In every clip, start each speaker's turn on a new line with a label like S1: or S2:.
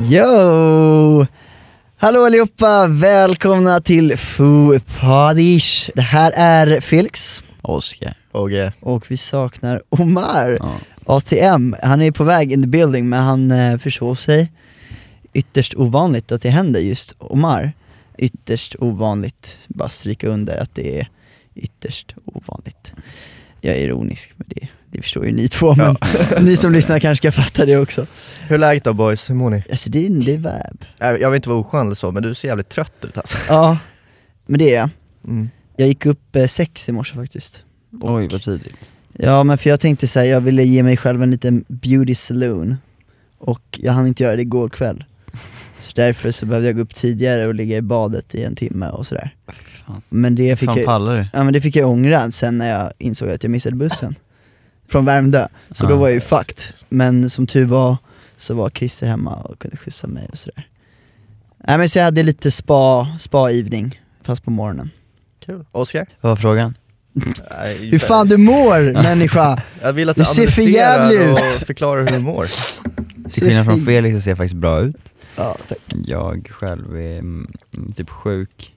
S1: Yo! Hallå allihopa, välkomna till Foo Padish. Det här är Felix
S2: Oskar. Åge.
S1: och vi saknar Omar, ATM. Han är på väg in the building men han eh, försov sig. Ytterst ovanligt att det händer just Omar. Ytterst ovanligt, bara stryka under att det är ytterst ovanligt. Jag är ironisk med det, det förstår ju ni två men ni som lyssnar kanske ska fatta det också.
S2: Hur är läget då boys? Hur mår ni?
S1: Alltså det är en liv
S2: Äh, Jag vill inte vara oskön eller så, men du ser jävligt trött ut alltså.
S1: Ja, men det är jag.
S2: Mm.
S1: Jag gick upp eh, sex i morse faktiskt.
S3: Oj vad tidigt.
S1: Ja men för jag tänkte säga jag ville ge mig själv en liten beauty saloon och jag hann inte göra det igår kväll. Så därför så behövde jag gå upp tidigare och ligga i badet i en timme och sådär.
S3: Fan.
S1: Men det fick,
S3: Fan
S1: jag,
S3: pallar du?
S1: ja, men det fick jag ångra sen när jag insåg att jag missade bussen från Värmdö. Så då
S3: Ah.
S1: var jag ju fucked. Men som tur var så var Christer hemma och kunde skjutsa mig och sådär. Nej men så jag hade lite spa, spa-evening fast på morgonen.
S2: Kul. Oskar?
S3: Vad var frågan?
S2: Nej,
S1: Hur fan du mår människa!
S2: Jag vill att
S1: Du
S2: du,
S1: ser för
S2: analyserar
S1: jävlig
S2: och
S1: ut.
S2: förklarar hur du mår.
S3: Till
S1: Ser
S3: skillnad från
S1: fin-
S3: Felix så ser jag faktiskt bra ut.
S1: Ja, tack.
S3: Jag själv är mm, typ sjuk.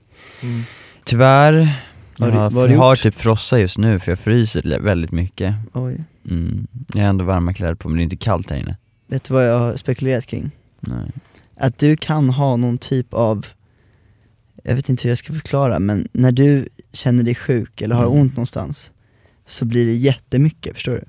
S3: Tyvärr, jag
S1: Mm. Vad har du-
S3: har,
S1: vad har du
S3: har
S1: gjort?
S3: typ frossa just nu för jag fryser li- väldigt mycket.
S1: Oj.
S3: Mm. Jag har ändå varma kläder på mig, det är inte kallt här inne.
S1: Vet du vad jag har spekulerat kring?
S3: Nej.
S1: Att du kan ha någon typ av, jag vet inte hur jag ska förklara, men när du känner dig sjuk eller har
S3: Mm.
S1: ont någonstans så blir det jättemycket, förstår du?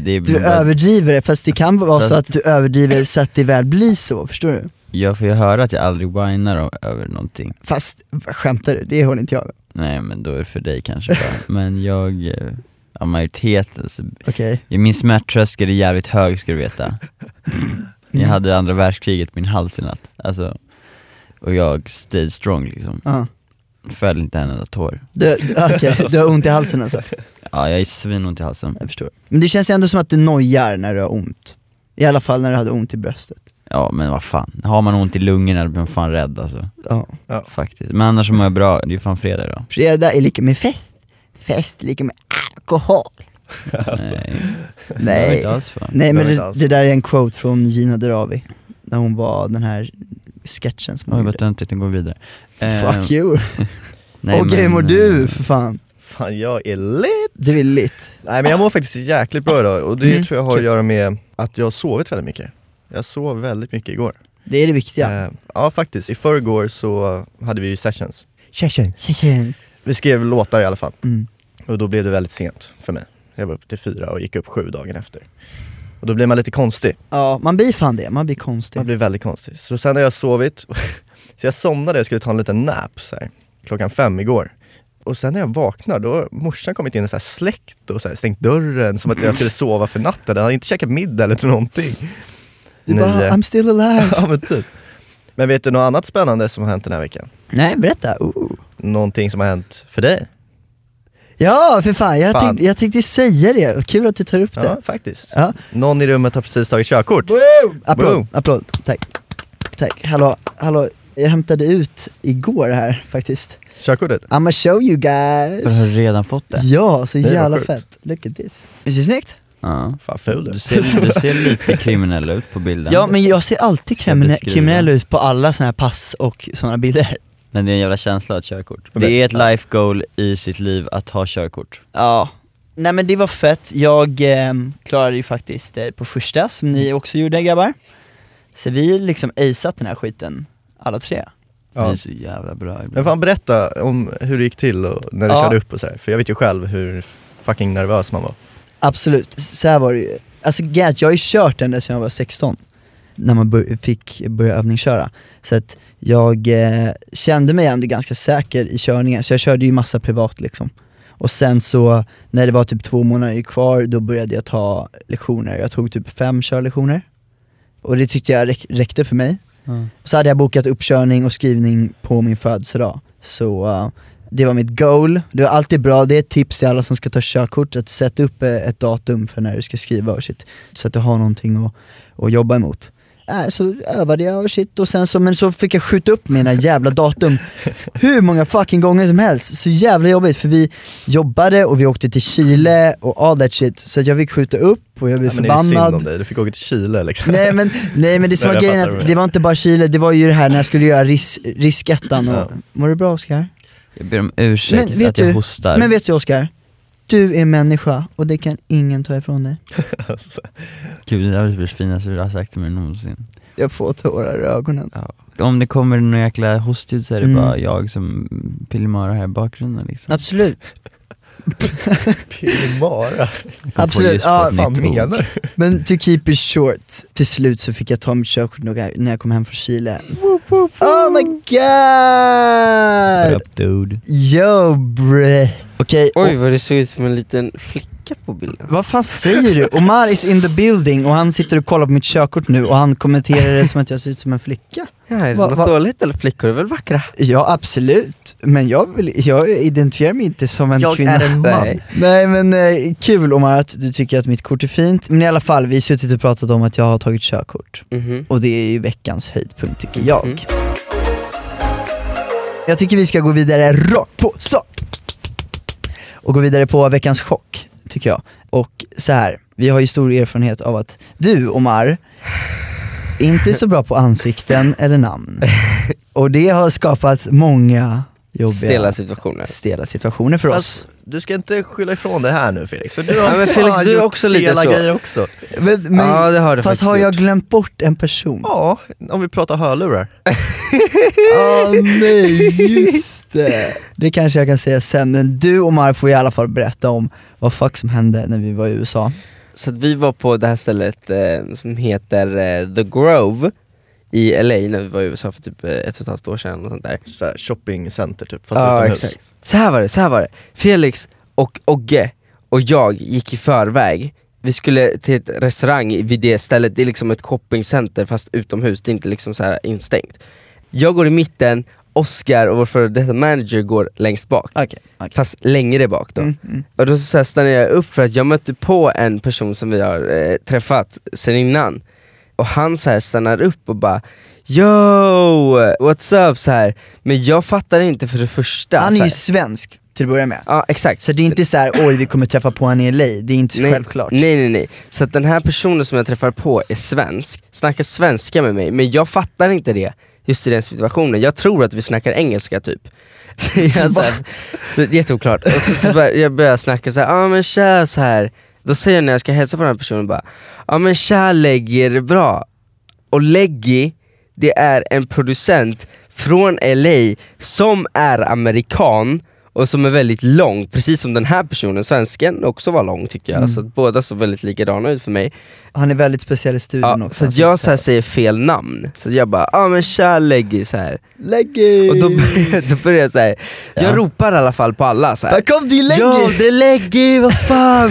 S3: Det är
S1: Du överdriver det, fast det kan vara så att du överdriver så att det väl blir så, förstår du?
S3: Jag får ju höra att jag aldrig whinar o- över någonting.
S1: Fast, skämtar du? Det håller inte jag med.
S3: Nej men då är det för dig kanske bara. Men jag, eh, ja, majoriteten, så-
S1: Okej.
S3: min smärttröskel är jävligt hög ska du veta. Jag
S1: Mm.
S3: hade andra världskriget på min hals i natt, alltså, och jag stayed strong liksom,
S1: Ja.
S3: föll inte en enda tår.
S1: Du, du- ah, okej, du har ont i halsen alltså?
S3: Ja, jag är svinont i halsen.
S1: Jag förstår. Men det känns ändå som att du nojar när du har ont. I alla fall när du hade ont i bröstet.
S3: Ja men vad fan, har man ont i lungorna då blir man fan rädd alltså,
S1: Ja.
S3: faktiskt. Men annars så mår jag bra, det är ju fan fredag idag.
S1: Fredag är lika med fest, fest är lika med alkohol.
S3: Nej, det var
S1: Alltså. Nej,
S3: inte alls för.
S1: Nej men
S2: Det var inte
S1: det,
S2: alls.
S1: det där är en quote från Gina Dirawi, när hon var den här sketchen som
S3: Oj
S1: hon
S3: vad
S1: gjorde.
S3: töntigt, den går vidare. Eh,
S1: Fuck you,
S3: nej,
S1: okej
S3: men,
S1: mår
S3: eh,
S1: du för fan?
S2: Fan jag är lit!
S1: Det är väl lit?
S2: Nej men jag mår faktiskt jäkligt bra idag och det
S1: Mm,
S2: tror jag har
S1: kul.
S2: att göra med att jag har sovit väldigt mycket. Jag sov väldigt mycket igår.
S1: Det är det viktiga.
S2: Eh, ja faktiskt, i förrgår så hade vi ju sessions. Sessions?
S1: Tjejen.
S2: Vi skrev låtar i alla fall.
S1: Mm.
S2: Och då blev det väldigt sent för mig. Jag var uppe till fyra och gick upp sju dagen efter. Och då blir man lite konstig.
S1: Ja, man blir fan det, man blir konstig.
S2: Man blir väldigt konstig. Så sen har jag sovit, så jag somnade och skulle ta en liten nap så här, klockan fem igår. Och sen när jag vaknar, då har morsan kommit in och så här släckt och så här, stängt dörren som att jag skulle sova för natten. Den hade inte käkat middag eller någonting.
S1: Du bara,
S2: Nio.
S1: I'm still alive.
S2: ja men typ. Men vet du något annat spännande som har hänt den här veckan?
S1: Nej berätta, Uh, Ooh.
S2: Någonting som har hänt för dig?
S1: Ja för fan, jag,
S2: Fan.
S1: Tänkte, jag tänkte säga det, kul att du tar upp
S2: Ja,
S1: det.
S2: faktiskt.
S1: Ja.
S2: Någon i rummet har precis tagit körkort.
S1: Applåd,
S2: Boom.
S1: applåd, tack. Tack, hallå, hallå. Jag hämtade ut igår här faktiskt.
S2: Körkortet?
S1: I'mma show you
S3: Du eh, har
S1: guys.
S3: redan fått det?
S1: Ja, så
S2: Det var
S1: jävla
S2: sjukt.
S1: fett. Look at this. Visst är det snyggt?
S3: Ja.
S2: Fan ful
S3: Du ser, du ser lite kriminell ut på bilden.
S1: Ja men jag ser alltid
S3: Ska jag
S1: krimine-
S3: beskriva?
S1: kriminell ut på alla såna här pass och såna bilder.
S3: Men det är en jävla känsla att ha ett körkort. Det är ett life goal i sitt liv att ha körkort.
S1: Ja. Nej men det var fett, jag eh, klarade ju faktiskt eh, på första som ni också gjorde grabbar. Så vi liksom aceat den här skiten, alla tre.
S3: Det
S2: Ja.
S3: är så jävla bra ibland.
S2: Men fan berätta om hur det gick till och när du
S1: Ja.
S2: körde upp och sådär, för jag vet ju själv hur fucking nervös man var.
S1: Absolut, S- så här var det ju. Alltså grejen är att jag har ju kört ända sedan jag var 16, när man bör- fick börja övningsköra. Så att jag eh, kände mig ändå ganska säker i körningen, så jag körde ju massa privat liksom. Och sen så, när det var typ två månader kvar, då började jag ta lektioner. Jag tog typ fem körlektioner Och det tyckte jag räck- räckte för mig. Så hade jag bokat uppkörning och skrivning på min födelsedag. Så eh, det var mitt goal. Det var alltid bra, det är ett tips till alla som ska ta körkort, att sätta upp eh, ett datum för när du ska skriva och shit. Så att du har någonting att, att jobba emot. Äh, så övade jag och shit och sen så, men så fick jag skjuta upp mina jävla datum hur många fucking gånger som helst. Så jävla jobbigt för vi jobbade och vi åkte till Chile och all that shit. Så att jag fick skjuta upp och jag blev
S2: Ja, men det är ju synd om
S1: förbannad.
S2: dig, du fick åka till Chile liksom.
S1: Nej men, nej men det som
S2: Nej,
S1: var
S2: jag
S1: grejen
S2: fattar
S1: att
S2: vad
S1: det
S2: du
S1: var inte bara Chile, det var ju det här när jag skulle göra ris, riskettan och...
S2: Ja.
S1: Mår du bra Oskar?
S3: Jag ber om ursäkt
S1: Men vet
S3: att jag
S1: du-
S3: hostar.
S1: Men vet du Oskar? Du är människa och det kan ingen ta ifrån dig.
S2: Alltså,
S3: Gud, det där var det finaste du har sagt till mig någonsin.
S1: Jag får tårar i ögonen.
S3: Om det kommer någon jäkla hostljud så är det
S1: Mm.
S3: bara jag som pillemörar här i bakgrunden liksom.
S1: Absolut,
S2: Pillemara,
S3: Jag kom på
S1: absolut.
S3: just på
S1: Ja,
S3: ett
S2: vad
S3: nytt
S2: fan
S3: ord.
S2: menar du?
S1: men to keep it short. Till slut så fick jag ta mitt körkort några- när jag kom hem från Chile. Oh my
S3: What
S1: god!
S3: up, dude?
S1: Yo bre. Okej,
S4: Oj vad det såg ut som en liten flicka på bilden.
S1: Vad fan säger du? Omar is in the building och han sitter och kollar på mitt körkort nu och han kommenterar det som att jag ser ut som en flicka.
S4: Ja, är det
S1: Va-
S4: något
S1: va-
S4: dåligt eller flickor är väl vackra?
S1: Ja absolut, men jag, vill, jag identifierar mig inte som en
S2: Jag
S1: kvinna.
S2: är en man.
S1: Nej, Nej men eh, kul Omar att du tycker att mitt kort är fint. Men i alla fall, vi har suttit och pratat om att jag har tagit körkort.
S4: Mhm.
S1: Och det är ju veckans höjdpunkt tycker jag.
S4: Mhm.
S1: Jag tycker vi ska gå vidare rakt på sak. Och gå vidare på veckans chock, tycker jag. Och så här, vi har ju stor erfarenhet av att du Omar, inte är så bra på ansikten eller namn. Och det har skapat många jobbiga,
S4: Stela situationer.
S1: stela situationer för oss.
S2: Fast du ska inte skylla ifrån det här nu Felix, för du har
S4: Ja, men Felix,
S2: fan
S4: du är
S2: gjort
S4: också lite
S2: stela
S4: så.
S2: grejer också.
S1: Men, men,
S4: Ja, det har du
S1: fast
S4: faktiskt
S1: har jag
S4: gjort.
S1: glömt bort en person?
S2: Ja, om vi pratar hörlurar.
S1: Ah, nej, just det. Det kanske jag kan säga sen, men du Omar får i alla fall berätta om vad fuck som hände när vi var i USA.
S4: Så att vi var på det här stället eh, som heter eh, The Grove i LA när vi var i USA för typ eh, ett och ett halvt år sedan och sånt där.
S2: Så här, shoppingcenter typ, fast
S4: Ja,
S2: utomhus.
S4: exakt. Så här var det, så här var det. Felix och Ogge och jag gick i förväg. Vi skulle till ett restaurang i- vid det stället, det är liksom ett shoppingcenter fast utomhus, det är inte liksom så här instängt. Jag går i mitten, Oscar och vår före detta manager går längst bak.
S1: Okej.
S4: Fast längre bak
S1: Mm,
S4: då. Och då så så här stannade jag upp för att jag mötte på en person som vi har eh, träffat sen innan. Och han så här stannar upp och bara Yo, what's up? Så här. Men jag fattar inte för det första.
S1: Han
S4: så
S1: är
S4: här.
S1: ju svensk till att börja med.
S4: Ja exakt.
S1: Så det är inte så här, oj vi kommer träffa på honom i LA, det är inte så
S4: nej,
S1: självklart.
S4: Nej nej nej. Så att den här personen som jag träffar på är svensk, snackar svenska med mig, men jag fattar inte det just i den situationen. Jag tror att vi snackar engelska typ. Så jag så här, så det är jätteoklart. Och så, så bör, jag börjar snacka så här, ja ah, men tja så här. Då säger jag när jag ska hälsa på den här personen bara, ja ah, men tja Leggy, är det bra? Och Leggy, det är en producent från LA som är amerikan och som är väldigt lång, precis som den här personen, svensken, också var lång tycker jag.
S3: Mm.
S4: Så att båda såg väldigt likadana ut för mig.
S1: Han är väldigt speciell i studion
S4: Ja,
S1: också.
S4: så att jag så här säger fel namn, så att jag bara ah, men tja Leggy” så här.
S1: Leggy!
S4: Och då börjar, då börjar jag så här. jag ropar i alla fall på alla så här.
S1: Där kom din Leggy!
S4: Ja, det är Leggy, vad fan!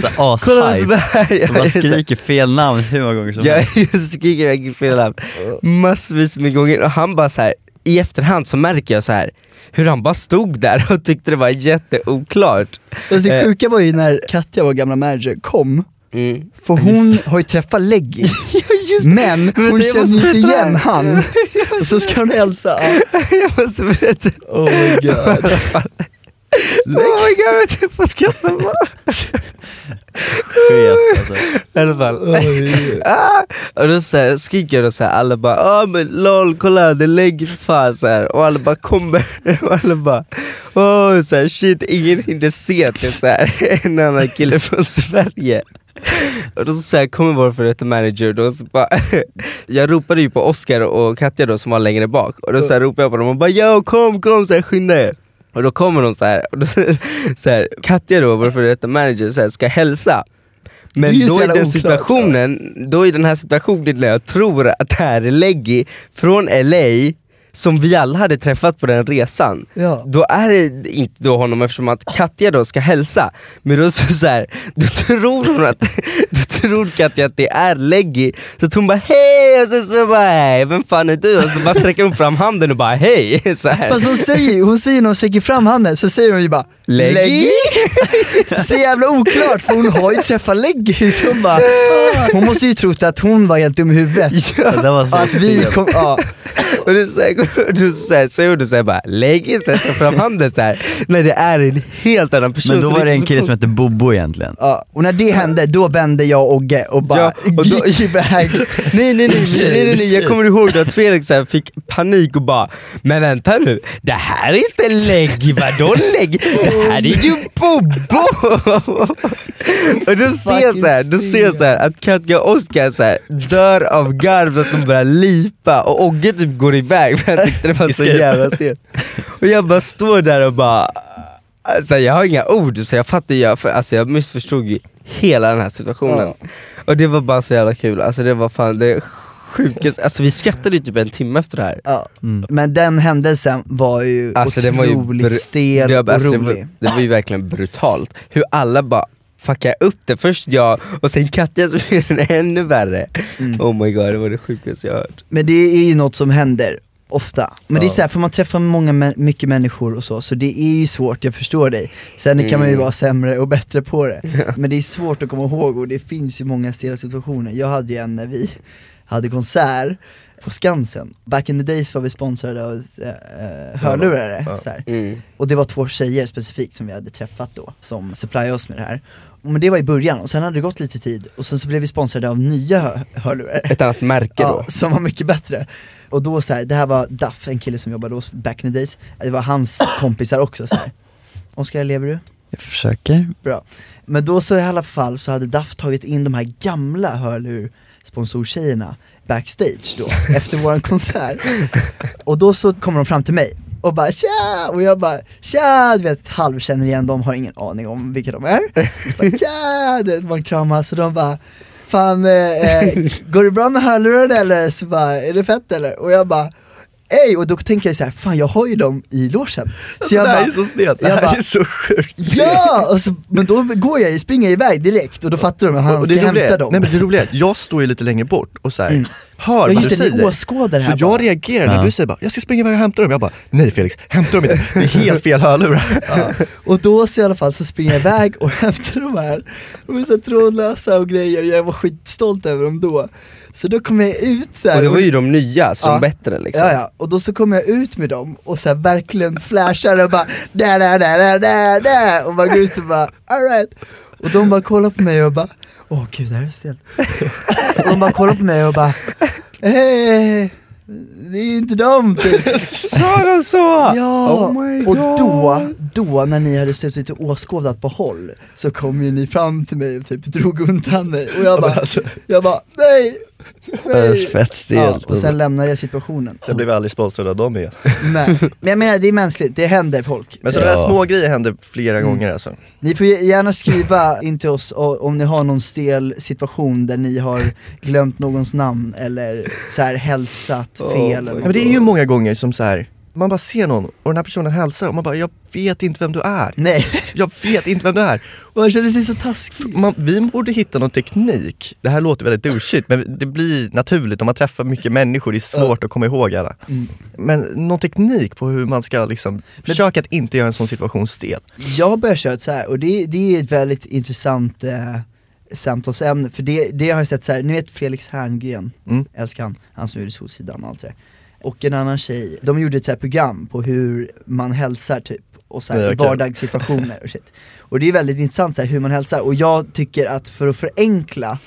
S3: Så
S4: Kolla vad som
S3: ashype.
S4: Jag
S3: Som bara
S4: är så här-
S3: skriker fel namn hur många gånger som
S4: Jag
S3: helst.
S4: jag skriker verkligen fel namn massvis med gånger och han bara så här. i efterhand så märker jag så här hur han bara stod där och tyckte det var jätteoklart.
S1: Och Alltså, det
S4: Eh.
S1: sjuka var ju när Katja, vår gamla manager, kom,
S4: Mm.
S1: för hon har ju träffat Leggy. Men
S4: Men
S1: hon
S4: det måste
S1: känner inte
S4: berätta
S1: igen
S4: det här.
S1: han. Och så ska hon hälsa.
S4: Jag måste berätta.
S1: Oh my god.
S4: Oh my god, jag vet inte vad skrattar man?
S3: Skevt alltså.
S4: I alla fall. Ah! Och då så här, skriker jag och så här, alla bara ah men lol kolla det lägger för fan så här. Och alla bara kommer och alla bara åh så här, shit ingen hinner se att det är så här, en annan kille från Sverige. Och då så här, kommer vår före detta manager då så bara Jag ropade ju på Oscar och Katja då som var längre bak och då så här, ropade jag på dem och bara yo kom kom så här, skynda er. Och då kommer de så här, och då, så här Katja då vår före detta manager så här, ska hälsa.
S1: Det är
S4: Men
S1: ju så
S4: då i
S1: jävla
S4: den
S1: oklart.
S4: situationen, då i den här situationen när jag tror att det här är Leggy från LA som vi alla hade träffat på den resan.
S1: Ja.
S4: Då är det inte då honom eftersom att Katja då ska hälsa, men då så, så här, då tror hon att, då tror Katja att det är Leggy, så att hon bara hej, och sen så jag bara hej, vem fan är du? Och så bara sträcker hon fram handen och bara hej. Så här.
S1: Fast hon säger hon säger när hon sträcker fram handen, så säger hon ju bara Leggy? så jävla oklart, för hon har ju träffat Leggy. Så hon, bara, hon måste ju trott att hon var helt dum i huvudet.
S4: Ja.
S2: Det där var så
S1: Att vi
S2: stelt.
S1: kom, ja.
S4: Och du säger, du säger, så gjorde du såhär bara, lägg in sig fram handen såhär. När det är en helt annan person.
S3: Men då
S4: så
S3: var Alltså, det
S4: är
S3: en
S4: inte
S3: kille
S4: så-
S3: som hette Bobo egentligen.
S1: Ja, och när det hände, då vände jag och Ogge och bara
S4: Ja, och då-
S1: gick iväg.
S4: Nej nej nej, nej, nej, nej, nej. jag kommer ihåg då att Felix så här fick panik och bara Men vänta nu, det här är inte lägg, vadå lägg? Det här är ju Bobo! och då ser jag så här, då ser jag så här att Katja och Oskar så här, dör av garv så att de börjar lipa och Ogge typ går iväg för han tyckte det var så jävla stelt. Och jag bara står där och bara Alltså jag har inga ord, så jag fattar jag, för, alltså jag missförstod ju hela den här situationen. Och det var bara så jävla kul, alltså det var fan det sjukaste, alltså vi skrattade ju typ en timme efter det här.
S1: Ja. Men den händelsen var ju
S4: Alltså det Mm. var ju
S1: otroligt
S4: bru-
S1: stel
S4: det,
S1: och
S4: var, alltså, det,
S1: rolig.
S4: var, det var ju verkligen brutalt, hur alla bara fuckade upp det, först jag och sen Katja som gjorde det ännu värre.
S1: Mm.
S4: Oh my god, det var det sjukaste jag hört.
S1: Men det är ju något som händer ofta. Men det är
S4: Ja.
S1: så här, för man träffar många, mä- mycket människor och så, så det är ju svårt, jag förstår dig. Sen kan man ju
S4: Mm.
S1: vara sämre och bättre på det. Men det är svårt att komma ihåg och det finns ju många stela situationer. Jag hade ju en när vi hade konsert på Skansen. Back in the days var vi sponsrade av äh, hörlurare. Så här.
S4: Mm.
S1: Och det var två tjejer specifikt som vi hade träffat då, som supplyade oss med det här. Men det var i början, och sen hade det gått lite tid, och sen så blev vi sponsrade av nya hö- hörlurar
S4: Ett annat märke då.
S1: ja, som var mycket bättre. Och då så här, det här var Duff, en kille som jobbade hos back in the days, det var hans kompisar också så här. Oskar, lever du?
S3: Jag försöker.
S1: Bra. Men då så i alla fall så hade Duff tagit in de här gamla hörlur sponsortjejerna backstage då, efter våran konsert. Och då så kommer de fram till mig och bara tja! Och jag bara tja! Du vet, halvkänner igen dem, har ingen aning om vilka de är. Så Bara, tja! Du vet, man kramas och de bara Fan, eh, eh, går det bra med hörlurarna eller? Så bara, är det fett eller? Och jag bara Ey! Och då tänker jag så här, fan jag har ju dem i logen. Så jag
S2: det här är
S1: bara,
S2: ju så stelt, det
S1: jag
S2: här
S1: bara-
S2: är så sjukt
S1: Ja! Och så, men då går jag, springer jag iväg direkt och då fattar de att han
S2: och
S1: ska
S2: det
S1: hämta
S2: roliga är,
S1: dem. Mm.
S2: nej men det roliga är att jag står ju lite längre bort och såhär, hör
S1: ja
S2: vad du
S1: just det, ni
S2: säger
S1: åskådare
S2: Så
S1: här bara.
S2: jag reagerar när du säger bara, jag ska springa iväg och hämta dem, jag bara, nej Felix, hämta dem inte, det är helt fel hörlurar
S1: Och då så i alla fall så springer jag iväg och hämtar de här. De är så här trådlösa och grejer, jag var skitstolt över dem då. Så då kommer jag ut så här,
S4: Och det var ju de nya, så
S1: Ja.
S4: de bättre liksom.
S1: Ja, ja, och då så kommer jag ut med dem och så här verkligen flashar och bara där, där, där, där, där, där och bara går ut och bara alright. Och de bara kollar på mig och bara åh gud det här är så stelt. och de bara kollar på mig och bara eh, det är inte dem typ.
S4: Sa de så?
S1: Ja,
S4: Oh my
S1: och
S4: God.
S1: då, då när ni hade suttit och åskådat på håll så kom ju ni fram till mig och typ drog undan mig och jag bara,
S4: alltså.
S1: jag bara nej, nej.
S3: Fett
S1: Ja,
S3: stelt.
S1: och
S4: alltså.
S1: sen lämnade jag situationen.
S2: Sen blev jag aldrig sponsrad av dem igen
S1: Nej, men jag menar det är mänskligt, det händer folk.
S2: Men sådana där små grejer händer flera
S1: Mm.
S2: gånger alltså
S1: Ni får ge- gärna skriva in till oss o- om ni har någon stel situation där ni har glömt någons namn eller så här hälsat fel
S4: Oh
S1: eller
S4: my
S2: Ja, men
S1: något.
S2: det är ju många gånger som så här. man bara ser någon och den här personen hälsar och man bara, jag vet inte vem du är.
S1: Nej,
S2: Jag vet inte vem du är.
S1: och jag känner sig så taskig.
S2: Man, vi borde hitta någon teknik, det här låter väldigt douchigt men det blir naturligt om man träffar mycket människor, det är svårt att komma ihåg alla.
S1: Mm.
S2: Men någon teknik på hur man ska liksom, försöka att inte göra en sån situation stel.
S1: Jag börjar köra så här och det, det är ett väldigt intressant eh, samtalsämne, för det, det har jag sett så här. ni vet Felix Herngren,
S2: Mm.
S1: älskar han, han som gjorde Solsidan och allt det där. Och en annan tjej, de gjorde ett så här program på hur man hälsar typ, och så här,
S2: Ja, okej.
S1: vardagssituationer och shit. Och det är väldigt intressant så här, hur man hälsar, och jag tycker att för att förenkla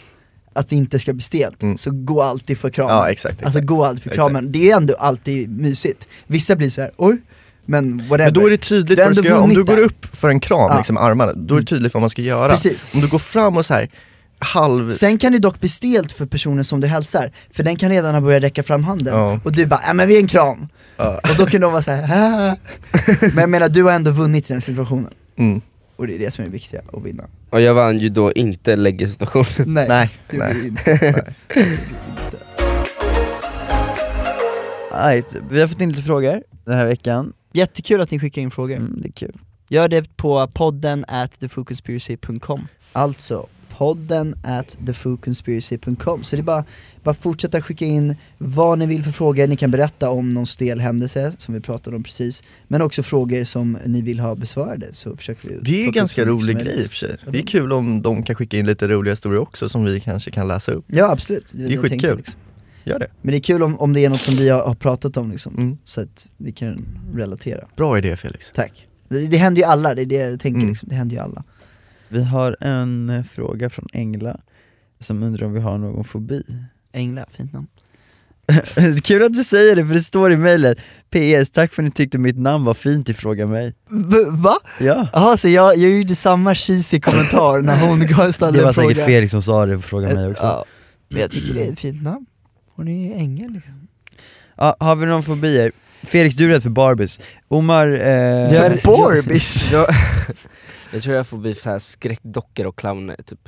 S1: att det inte ska bli stelt,
S2: Mm.
S1: så gå alltid för kramen.
S2: Ja, exakt, exakt.
S1: Alltså gå alltid för
S2: Exakt.
S1: kramen, det är ändå alltid mysigt. Vissa blir så här, oj, men whatever.
S2: Men då är det tydligt
S1: Du har
S2: vad du
S1: ändå
S2: ska göra, om
S1: vunnit
S2: du går
S1: där.
S2: upp för en kram,
S1: Ja. Mm.
S2: liksom armarna, då är det tydligt vad man ska göra.
S1: Precis.
S2: Om du går fram och så här halv...
S1: Sen kan det dock bli stelt för personen som du hälsar, för den kan redan ha börjat räcka fram handen
S2: Ja.
S1: och du bara äh, men vi är en kram”
S2: Ja.
S1: och då kan de vara såhär äh. Men jag menar, du har ändå vunnit i den situationen
S2: Mm.
S1: och det är det som är viktiga, att vinna
S4: Och jag vann ju då inte läggsituationen.
S1: Nej,
S2: Nej,
S1: det
S2: nej.
S1: gjorde du inte.
S3: Right. Vi har fått in lite frågor den här veckan.
S1: Jättekul att ni skickar in frågor,
S3: Mm, det är kul.
S1: gör det på podden at thefocuspiracy.com Alltså, podden at thefoodconspiracy.com Så det är bara, bara fortsätta skicka in vad ni vill för frågor, ni kan berätta om någon stel händelse som vi pratade om precis Men också frågor som ni vill ha besvarade så försöker vi
S2: Det är ju
S1: plocka upp så
S2: ganska
S1: mycket som
S2: rolig
S1: möjligt.
S2: grej i och för sig. Det är kul om de kan skicka in lite roliga historier också som vi kanske kan läsa upp.
S1: Ja absolut, det,
S2: är
S1: jag tänkte
S2: skitkul.
S1: liksom.
S2: Gör det.
S1: Men det är kul om, om det är något som vi har, har pratat om liksom,
S2: Mm.
S1: så att vi kan relatera
S2: Bra idé Felix.
S1: Tack. Det, det händer ju alla, det är det jag tänker
S2: Mm.
S1: liksom. det händer ju alla.
S3: Vi har en eh, fråga från Engla som undrar om vi har någon fobi.
S1: Ängla, fint namn.
S3: Kul att du säger det för det står i mejlet. PS, tack för att ni tyckte mitt namn var fint i Fråga mig.
S1: V- va?
S3: Ja.
S1: Jaha, så jag, jag gjorde samma cheesy kommentar när hon gav ställde
S3: Det var
S1: en fråga. Eh,
S3: säkert Felix som sa det på Fråga mig också.
S1: Ja, men jag tycker det är ett fint namn. Hon är ju ängel liksom.
S3: Ja, har vi någon fobier? Felix, du är rädd för Barbies. Omar, eh,
S4: Jag är-
S1: För Borbis!
S4: Jag, jag tror jag får bli så här skräckdockor och clowner typ.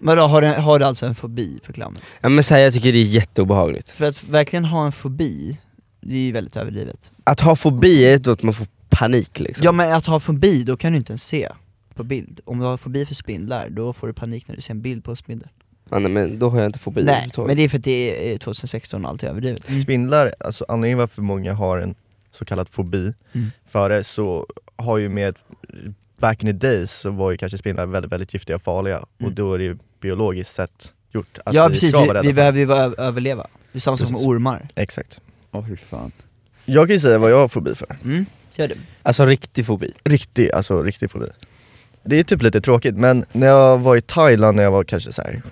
S1: Men då har du, har du alltså en fobi för clowner?
S4: Ja, men så här, jag tycker det är jätteobehagligt.
S1: För att verkligen ha en fobi, det är ju väldigt överdrivet.
S4: Att ha fobi är då att man får panik liksom.
S1: Ja men att ha fobi, då kan du inte ens se på bild. Om du har fobi för spindlar, då får du panik när du ser en bild på en spindel.
S4: Ja, nej, men då har jag inte fobi
S1: Nej,
S4: överhuvudtaget.
S1: men det är för att det är 2016 och allt är överdrivet.
S2: Spindlar, alltså anledningen varför många har en så kallad fobi
S1: Mm.
S2: för det så har ju med, back in the days så var ju kanske spindlar väldigt, väldigt giftiga och farliga och
S1: Mm.
S2: då är det ju biologiskt sett gjort att
S1: ja
S2: vi
S1: precis,
S2: ska vara
S1: vi,
S2: rädda
S1: vi
S2: för det.
S1: behöver ju vara ö- överleva. Det är samma sak med
S2: Precis.
S1: ormar.
S2: Exakt.
S3: Åh fy fan.
S2: Jag kan ju säga vad jag har fobi för.
S1: Mm, gör det.
S4: Alltså riktig fobi.
S2: Riktig, alltså riktig fobi. Det är typ lite tråkigt men när jag var i Thailand när jag var kanske så här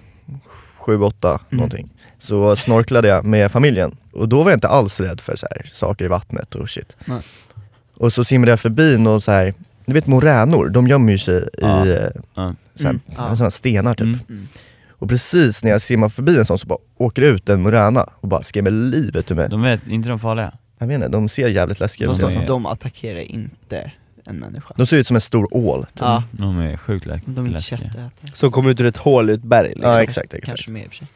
S2: 7-8 någonting så snorklade jag med familjen och då var jag inte alls rädd för så här, saker i vattnet och shit.
S1: Nej.
S2: Och så simmade jag förbi någon så här, du vet moränor, de gömmer ju sig
S3: Ja.
S2: i eh,
S3: Ja.
S2: så här,
S1: Mm. Ja.
S2: såna här stenar typ.
S3: Mm.
S1: Mm.
S2: Och precis när jag simmar förbi en sån så bara åker det ut en moräna och bara skrämmer livet ur mig.
S5: De vet, inte de farliga?
S2: Jag vet inte, de ser jävligt läskiga
S1: De,
S2: ut.
S1: står
S5: är-
S1: för att de attackerar inte en människa.
S2: De ser ut som en stor ål. Typ.
S1: Ja,
S5: De är sjukt läk-
S1: de är inte
S5: läskiga.
S1: köttätare.
S4: Som kommer ut ur ett hål i ett berg liksom.
S2: ja exakt, exakt.
S1: Kanske mer i och för sig.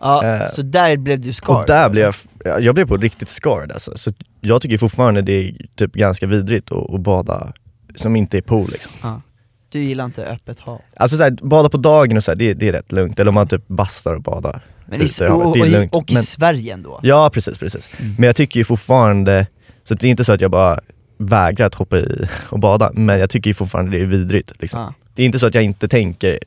S1: Ja,
S2: Eh,
S1: så där blev du scarred.
S2: Och där blev jag, ja, jag blev på riktigt scarred alltså. Så jag tycker fortfarande det är typ ganska vidrigt att, att bada som inte är pool liksom.
S1: Ja. Du gillar inte öppet hav.
S2: Alltså såhär, bada på dagen och så här, det, det är rätt lugnt. Eller om man typ bastar och badar.
S1: Men i,
S2: ute i
S1: och,
S2: havet,
S1: och,
S2: det är
S1: i-
S2: lugnt.
S1: och i
S2: Men-
S1: Sverige ändå.
S2: Ja precis, precis.
S1: Mm.
S2: Men jag tycker ju fortfarande, så det är inte så att jag bara vägrar att hoppa i och bada, men jag tycker ju fortfarande det är vidrigt liksom.
S1: Ja.
S2: Det är inte så att jag inte tänker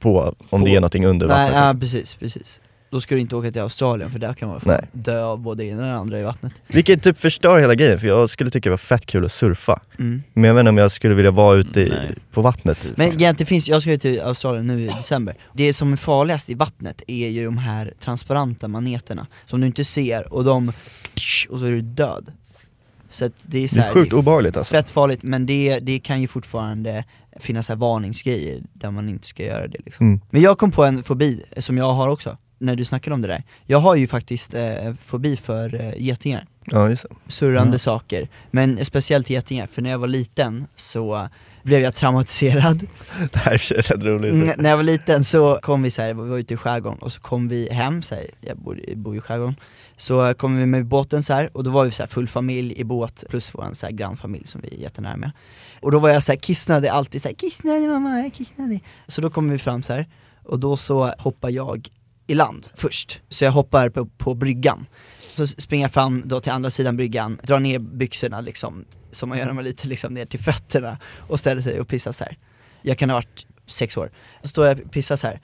S2: på om det
S1: På-
S2: är någonting under
S1: Nej,
S2: vattnet.
S1: ja,
S2: liksom.
S1: precis, precis. Då ska du inte åka till Australien för där kan man fan
S2: Nej.
S1: dö av både det ena och det andra i vattnet.
S2: Vilket typ förstör hela grejen, för jag skulle tycka det var fett kul att surfa.
S1: Mm.
S2: Men jag vet inte om jag skulle vilja vara ute i,
S5: Nej.
S2: på vattnet. liksom.
S1: Men egentligen det finns, jag ska ju till Australien nu i december, det som är farligast i vattnet är ju de här transparenta maneterna som du inte ser och de, och så är du död. Så att det är så
S2: Det
S1: här,
S2: är sjukt
S1: det är
S2: obehagligt alltså.
S1: fett farligt men det, det kan ju fortfarande finnas så här varningsgrejer där man inte ska göra det liksom.
S2: Mm.
S1: Men jag kom på en fobi eh, som jag har också, när du snackade om det där. Jag har ju faktiskt eh, fobi för eh, getingar
S2: Ja, just det.
S1: surrande
S3: Ja.
S1: saker, men speciellt getingar, för när jag var liten så blev jag traumatiserad.
S2: Det här är i och för sig rätt roligt.
S1: N- när jag var liten så kom vi så här, vi var ute i skärgården och så kom vi hem så här, jag bor, jag bor ju i skärgården, så kom vi med båten så här och då var vi så här full familj i båt plus vår så här grannfamilj som vi är jättenära med. Och då var jag så här kissnödig alltid, så här, kissnödig mamma, jag är kissnödig. Så då kommer vi fram så här och då så hoppar jag i land först, så jag hoppar på, på bryggan. Så springer jag fram då till andra sidan bryggan, drar ner byxorna liksom, som man gör när man är lite liksom ner till fötterna och ställer sig och pissar så här. Jag kan ha varit sex år. Så står jag och pissar så här.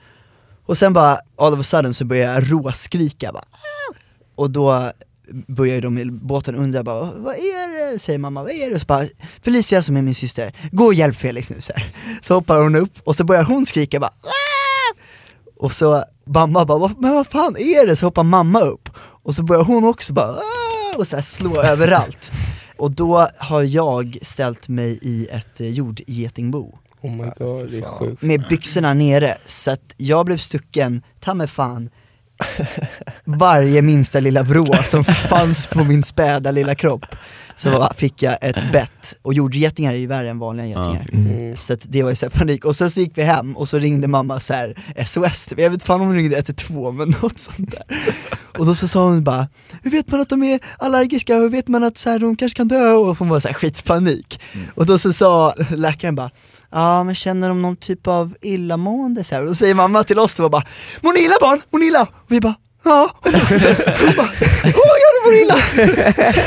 S1: Och sen bara, all of a sudden så börjar jag råskrika bara. "Ah!" Och då börjar ju de i båten undra bara, vad är det? Säger mamma, vad är det? Och så bara, Felicia som är min syster, gå och hjälp Felix nu så här. Så hoppar hon upp och så börjar hon skrika bara, "Ah!" Och så mamma bara, "Vad- men vad fan är det? Så hoppar mamma upp och så börjar hon också bara, "Ah!" och så här slå överallt. Och då har jag ställt mig i ett eh, jordgetingbo
S4: Oh my god, det är sjukt.
S1: med byxorna nere, så att jag blev stucken, ta mig fan, varje minsta lilla vrå som fanns på min späda lilla kropp. Så fick jag ett bett, och jordgetingar är ju värre än vanliga getingar. Så att det var ju så här panik, och sen så gick vi hem och så ringde mamma så här SOS, jag vet fan om hon ringde 112 men något sånt där. Och då så sa hon bara, hur vet man att de är allergiska, hur vet man att så här, de kanske kan dö? Och hon var så här skitpanik. Och då så sa läkaren bara, ja men känner de någon typ av illamående så här? Och då säger mamma till oss då bara, mår ni illa barn? Mår ni illa? Och vi bara, ja. Hon bara, åh ja du mår illa! Så,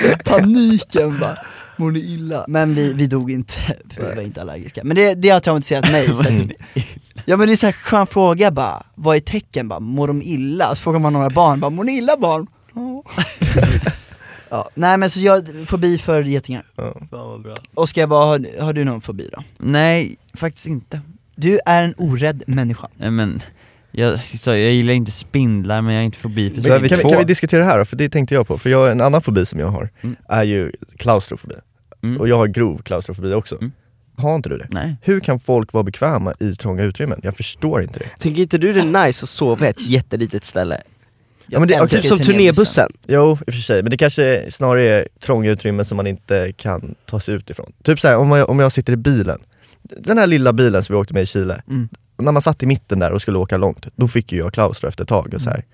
S1: så paniken bara. Mår ni illa? Men vi, vi dog inte, för vi var inte allergiska. Men det, det har traumatiserat mig. Så att, ja men det är så här skön fråga bara, vad är tecken? Bara, mår de illa? Så frågar man några barn, bara, mår ni illa barn? Ja. ja, nej men så jag, fobi för getingar. Oskar, vad har, har du någon fobi då?
S5: Nej, faktiskt inte.
S1: Du är en orädd människa.
S5: Nej men, jag, så, jag gillar inte spindlar men jag är inte fobi för
S2: Men
S5: spindlar.
S2: kan, vi, kan vi diskutera det här då? För det tänkte jag på, för jag, en annan fobi som jag har
S5: Mm.
S2: är ju klaustrofobi.
S5: Mm.
S2: Och jag har grov klaustrofobi också.
S5: Mm.
S2: Har inte du det?
S5: Nej.
S2: Hur kan folk vara bekväma i trånga utrymmen? Jag förstår inte det.
S4: Tycker inte du det är nice att sova i ett jättelitet ställe?
S2: Ja, men det,
S1: älskar
S4: Typ som turnébussen.
S2: Jo, i och för sig, men det kanske snarare är trånga utrymmen som man inte kan ta sig ut ifrån. Typ såhär, om jag, om jag sitter i bilen, den här lilla bilen som vi åkte med i Chile,
S1: Mm.
S2: när man satt i mitten där och skulle åka långt, då fick ju jag klaustro efter ett tag och så
S1: Mm.
S2: här.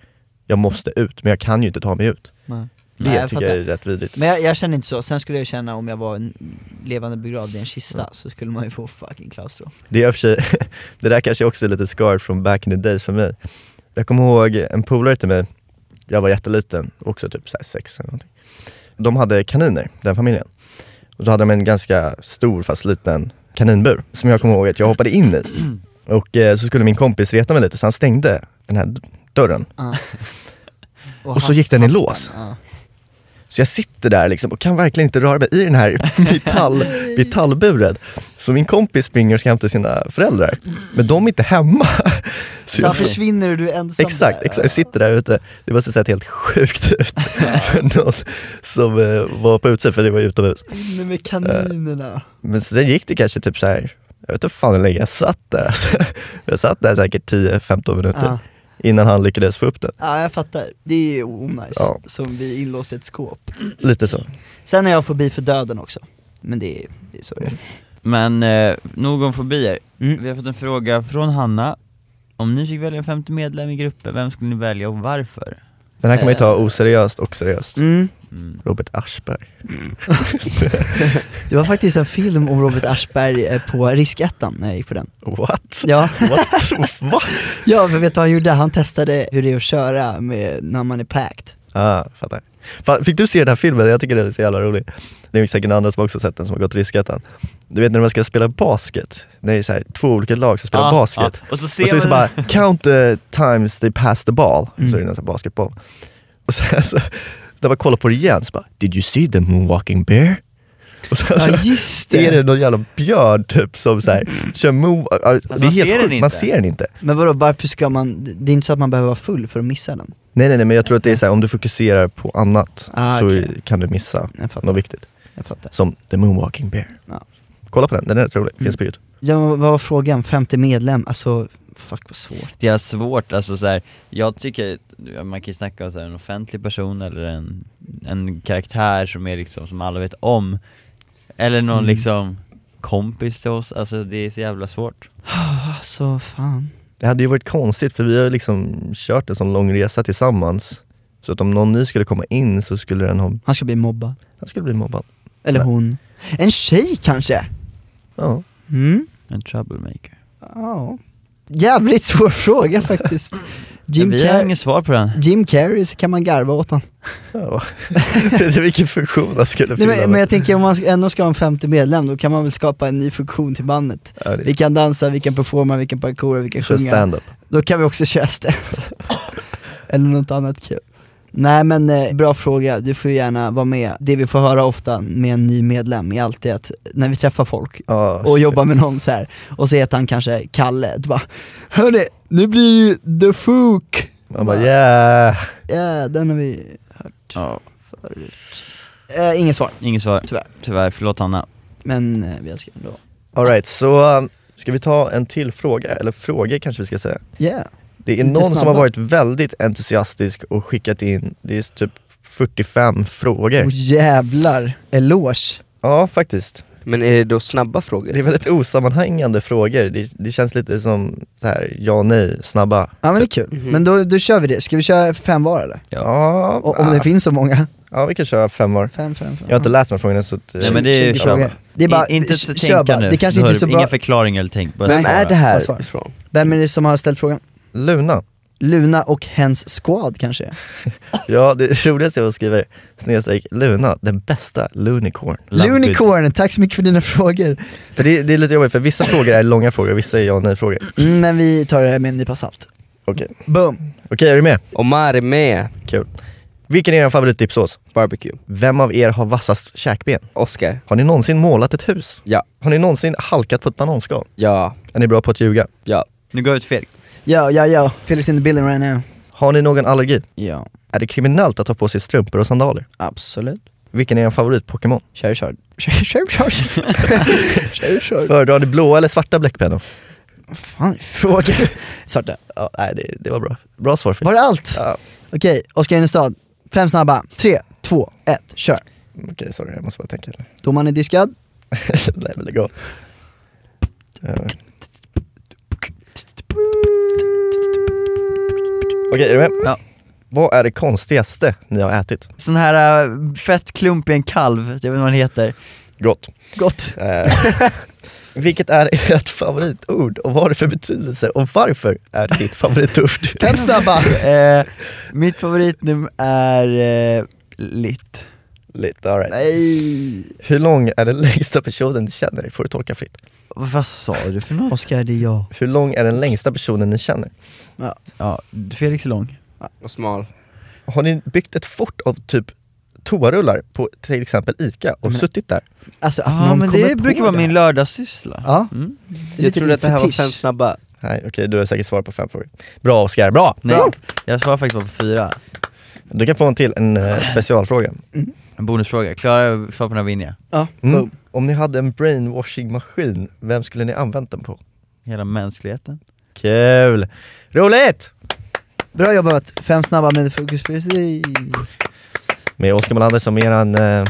S2: jag måste ut, men jag kan ju inte ta mig ut.
S1: Nej.
S2: Det
S1: Nej, jag
S2: tycker jag är rätt vidrigt.
S1: Men jag, jag känner inte så, sen skulle jag känna om jag var en levande begravd i en kista så skulle man ju få fucking klaustro.
S2: Det, är i och för sig, det där kanske också är lite scarred från back in the days för mig. Jag kommer ihåg en polare till mig, jag var jätteliten, också typ så här sex eller någonting. De hade kaniner, den familjen. Och då hade de en ganska stor fast liten kaninbur som jag kommer ihåg att jag hoppade in i. Och eh, så skulle min kompis reta mig lite så han stängde den här dörren. Och så
S1: hans-
S2: gick den i
S1: hans-
S2: lås.
S1: Ja.
S2: Så jag sitter där liksom och kan verkligen inte röra mig i den här metall, metallburen. Så min kompis springer och ska hämta sina föräldrar, men de är inte hemma.
S1: Så han försvinner och du är ensam
S2: Typ. Exakt,
S1: där.
S2: exakt. Jag sitter där ute, det måste sett helt sjukt ut för någon som eh, var på utsidan, för det var ju utomhus.
S1: Inne med kaninerna.
S2: Men sen gick det kanske typ så här. jag vet inte fan hur länge jag satt där. Alltså, jag satt där säkert 10-15 minuter
S1: Ja.
S2: innan han lyckades få upp den.
S1: ja jag fattar, det är ju onajs,
S2: Ja.
S1: som vi är inlåsta i ett skåp.
S2: Lite så.
S1: Sen har jag fobi för döden också, men det är, det är så det är.
S5: Men, eh, nog om fobier.
S1: Mm.
S5: Vi har fått en fråga från Hanna. Om ni fick välja 50 medlem i gruppen, vem skulle ni välja och varför?
S2: Den här kan man ju ta oseriöst och seriöst.
S1: Eh. Mm.
S5: Mm.
S2: Robert Aschberg.
S1: Det var faktiskt en film om Robert Aschberg eh, på Riskettan när jag gick på den.
S2: What?
S1: Ja.
S2: What? Va?
S1: Ja, men vet du vad han gjorde? Han testade hur det är att köra med, när man är packed.
S2: Ah, fattar. Fan, fick du se den här filmen? Jag tycker den är så jävla rolig. Det är säkert andra som också har sett den som har gått Riskettan. Du vet när man ska spela basket, när det är så här, två olika lag som spelar
S5: Ja,
S2: basket.
S5: ja. Och Ah, så ser
S2: Och så är det så
S5: man- Mm.
S2: bara, count the times they pass the ball. Så är det någon sån här basketboll. Och sen så, när man kollar på det igen så bara, did you see the moonwalking bear? Och sen,
S5: Ah,
S1: Ja
S2: så,
S1: just
S2: är det
S1: Alltså, det!
S2: någon jävla björn typ som så här, kör mo- ah, det
S5: man
S2: är helt
S5: ser den
S2: sjukt, man
S5: inte.
S2: ser den inte.
S1: Men vadå, varför ska man, det är inte så att man behöver vara full för att missa den?
S2: Nej nej nej men jag tror att det är så här, om du fokuserar på annat
S1: Ah,
S2: så
S1: okej.
S2: kan du missa
S1: Jag fattar,
S2: något viktigt.
S1: jag fattar.
S2: Som The Moonwalking Bear.
S1: Ja. Mm.
S2: Kolla på den, den är rätt rolig, finns på youtube.
S1: Ja, men vad var frågan? 50 medlem, alltså fuck vad svårt.
S5: Det är svårt, alltså så här, jag tycker, man kan ju snacka om så här, en offentlig person eller en, en karaktär som är liksom, som alla vet om Eller någon liksom kompis till oss, alltså det är så jävla svårt
S1: Alltså fan.
S2: Det hade ju varit konstigt för vi har ju liksom kört en sån lång resa tillsammans. Så att om någon ny skulle komma in så skulle den ha,
S1: Han ska bli mobbad.
S2: han skulle bli mobbad.
S1: Eller
S2: Nej.
S1: hon. En tjej kanske?
S2: Ja.
S1: Mm.
S5: En troublemaker
S1: Ja. Jävligt svår fråga faktiskt. Jim,
S5: Men Vi har
S1: Car-
S5: inget svar på den
S1: Jim Carrey så kan man garva åt honom.
S2: ja. Jag vet inte Vilken funktion han skulle
S1: Nej,
S2: fylla.
S1: men, men jag tänker om man ska- ändå ska ha en 50 medlem, då kan man väl skapa en ny funktion till bandet.
S2: ja, det
S1: Vi kan dansa, vi kan performa, vi kan parkoura, vi kan
S2: är kör
S1: sjunga.
S2: stand-up.
S1: Då kan vi också köra stand Eller något annat kul. Nej men eh, bra fråga, du får ju gärna vara med. Det vi får höra ofta med en ny medlem är alltid att när vi träffar folk
S2: Ja,
S1: och
S2: Ah, shit.
S1: jobbar med någon så här och ser att han kanske är Kalle, då bara Hörni, nu blir det ju The Fook!
S2: Man bara yeah.
S1: Ja, den har vi hört
S5: Ja,
S1: förut. Eh, inget svar,
S5: inget svar,
S1: tyvärr.
S5: tyvärr, förlåt Hanna
S1: Men eh, vi älskar ändå.
S2: Alright, så um, ska vi ta en till fråga, eller frågor kanske vi ska säga.
S1: Yeah.
S2: Det är
S1: Lite
S2: någon som har
S1: snabba.
S2: varit väldigt entusiastisk och skickat in, det är typ 45 frågor.
S1: Och jävlar, eloge.
S2: Ja faktiskt.
S4: Men är det då snabba frågor?
S2: Det är väldigt osammanhängande frågor, det, det känns lite som så här, ja nej, snabba. Mhm.
S1: Ja men det är kul. Men då, då kör vi det, ska vi köra fem var eller?
S2: Ja,
S1: O- om det
S2: ah,
S1: finns så många.
S2: Ja vi kan köra fem var.
S1: Fem, fem, fem.
S2: Jag har inte läst de här frågorna så att... eh,
S5: Nej men det är ju
S1: 20
S5: kör
S1: frågor.
S5: bara.
S1: Det är bara,
S5: I, inte
S1: kö-
S5: så
S1: kör
S5: tänka
S1: bara.
S5: nu,
S1: Det kanske inte är så
S5: Hör- Inga
S1: bra.
S5: förklaringar eller tänk, bara
S4: Vem
S5: svara.
S4: är det
S1: Jag
S4: här
S1: svarar.
S4: ifrån?
S1: Vem är det som har ställt frågan?
S2: Luna.
S1: Luna och hens squad kanske?
S2: Ja det roligaste är att skriva snedstreck Luna, den bästa Lunicorn.
S5: Lampigt.
S1: Lunicorn, tack så mycket för dina frågor.
S2: För det, det är lite jobbigt för vissa frågor är långa frågor, vissa är ja och nej frågor.
S1: Mm, men vi tar det här med en nypa salt.
S2: Okej,
S1: Boom!
S2: okej är du med?
S4: Omar är med,
S2: Kul. Vilken är er favoritdippsås?
S4: barbecue.
S2: Vem av er har vassast käkben?
S4: Oscar,
S2: Har ni någonsin målat ett hus?
S4: ja,
S2: Har ni någonsin halkat på ett bananskal?
S4: ja,
S2: Är ni bra på att ljuga?
S4: ja.
S5: Nu går jag ut Felix.
S1: Ja, ja, ja. Felix in the building right now.
S2: Har ni någon allergi?
S3: Ja,
S2: Är det kriminellt att ha på sig strumpor och sandaler?
S3: absolut.
S2: Vilken är er favorit-Pokémon?
S3: Kör, kör.
S2: Föredrar ni blåa eller svarta bläckpennor?
S1: Fan, fråga.
S3: Svarta.
S2: Ja, nej, det, det var bra. Bra svar Filip.
S1: Var det allt?
S2: Ja,
S1: Okej, Oskar Enestad. Fem snabba. Tre, två, ett, kör.
S2: Okej, sorry, jag måste bara tänka. lite.
S1: Domaren är diskad.
S2: nej, men lägg av. Eh, Okej, är du med?
S6: Ja.
S2: Vad är det konstigaste ni har ätit?
S3: Sån här äh, fett klump i en kalv, jag vet inte vad den heter.
S2: Gott.
S1: Gott.
S2: Eh, vilket är ert favoritord och vad har det för betydelse och varför är det ditt favoritord?
S1: Fem snabba.
S3: Eh, mitt favoritnummer är eh, Litt.
S2: Lite, all right.
S1: Nej.
S2: Hur lång är den längsta personen ni känner? Det får du tolka fritt.
S3: Vad sa du för något?
S1: Oskar, det är jag.
S2: Hur lång är den längsta personen ni känner?
S3: Ja, Felix är lång.
S4: Och smal.
S2: Har ni byggt ett fort av typ toarullar på till exempel ICA och suttit där?
S1: Alltså att
S3: Ja
S1: någon
S3: men
S1: kommer
S3: det
S1: på
S3: brukar vara
S1: det.
S3: min lördagssyssla.
S1: Ja.
S3: Mm.
S1: Det är
S4: Jag
S1: lite
S4: trodde att det här var
S1: fetisch.
S4: fem snabba.
S2: Nej okej, du har säkert svar på fem frågor. Bra Oskar, bra!
S6: Nej, jag svarar faktiskt bara på fyra.
S2: Du kan få en till, en eh, specialfråga.
S6: En bonusfråga, klarar jag svar på den här vinner jag.
S1: Ja,
S2: Mm.
S1: boom.
S2: Om ni hade en brainwashing-maskin, vem skulle ni använt den på?
S6: Hela mänskligheten.
S2: Kul! Roligt!
S1: Bra jobbat, fem snabba med fokus på dig.
S2: Med Oskar Melander som eran... Eh,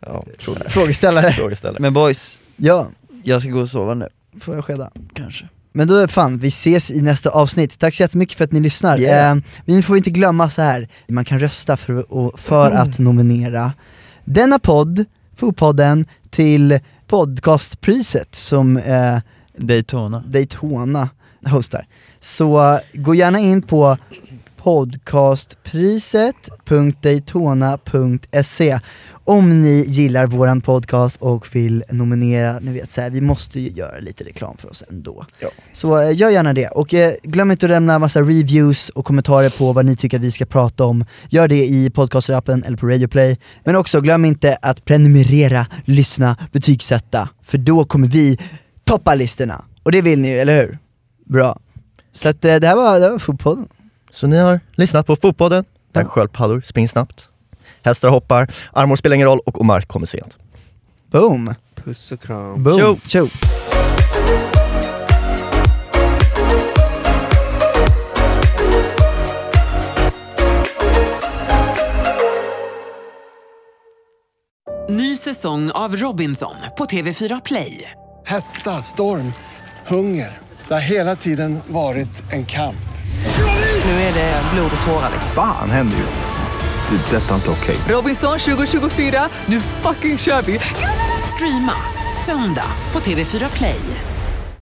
S2: ja, fråga-
S1: Frågeställare.
S2: frågeställare.
S3: Men boys,
S1: Ja,
S3: jag ska gå och sova nu,
S1: får jag skeda?
S3: kanske.
S1: Men då är fan, vi ses i nästa avsnitt. Tack så jättemycket för att ni lyssnar.
S2: Yeah.
S1: Eh, vi får inte glömma så här. man kan rösta för, och, för
S3: Mm.
S1: att nominera denna podd, Fotpodden, till podcastpriset som eh,
S6: Daytona.
S1: Daytona hostar. Så eh, gå gärna in på podcastpriset.daytona.se om ni gillar våran podcast och vill nominera, ni vet så här, vi måste ju göra lite reklam för oss ändå.
S2: Ja.
S1: Så eh, gör gärna det, och eh, glöm inte att lämna massa reviews och kommentarer på vad ni tycker att vi ska prata om. Gör det i podcastrappen eller på Radioplay. Men också glöm inte att prenumerera, lyssna, betygsätta, för då kommer vi toppa listorna. Och det vill ni ju, eller hur? Bra. Så att, eh, det här var, det här var fotboll.
S2: Så ni har lyssnat på Fotpodden, där
S1: Ja.
S2: sköldpaddor springer snabbt, hästar hoppar, armor spelar ingen roll och Omar kommer sent.
S1: Boom!
S4: Puss och kram.
S1: Boom!
S2: Tjo.
S1: Tjo.
S7: Ny säsong av Robinson på TV4 Play.
S8: Hetta, storm, hunger. Det har hela tiden varit en kamp.
S7: Nu är det blod och tårar.
S6: Fan händer just det. Det är detta inte okej.
S7: Robinson 2024, nu fucking kör vi! Streama söndag på TV4 Play.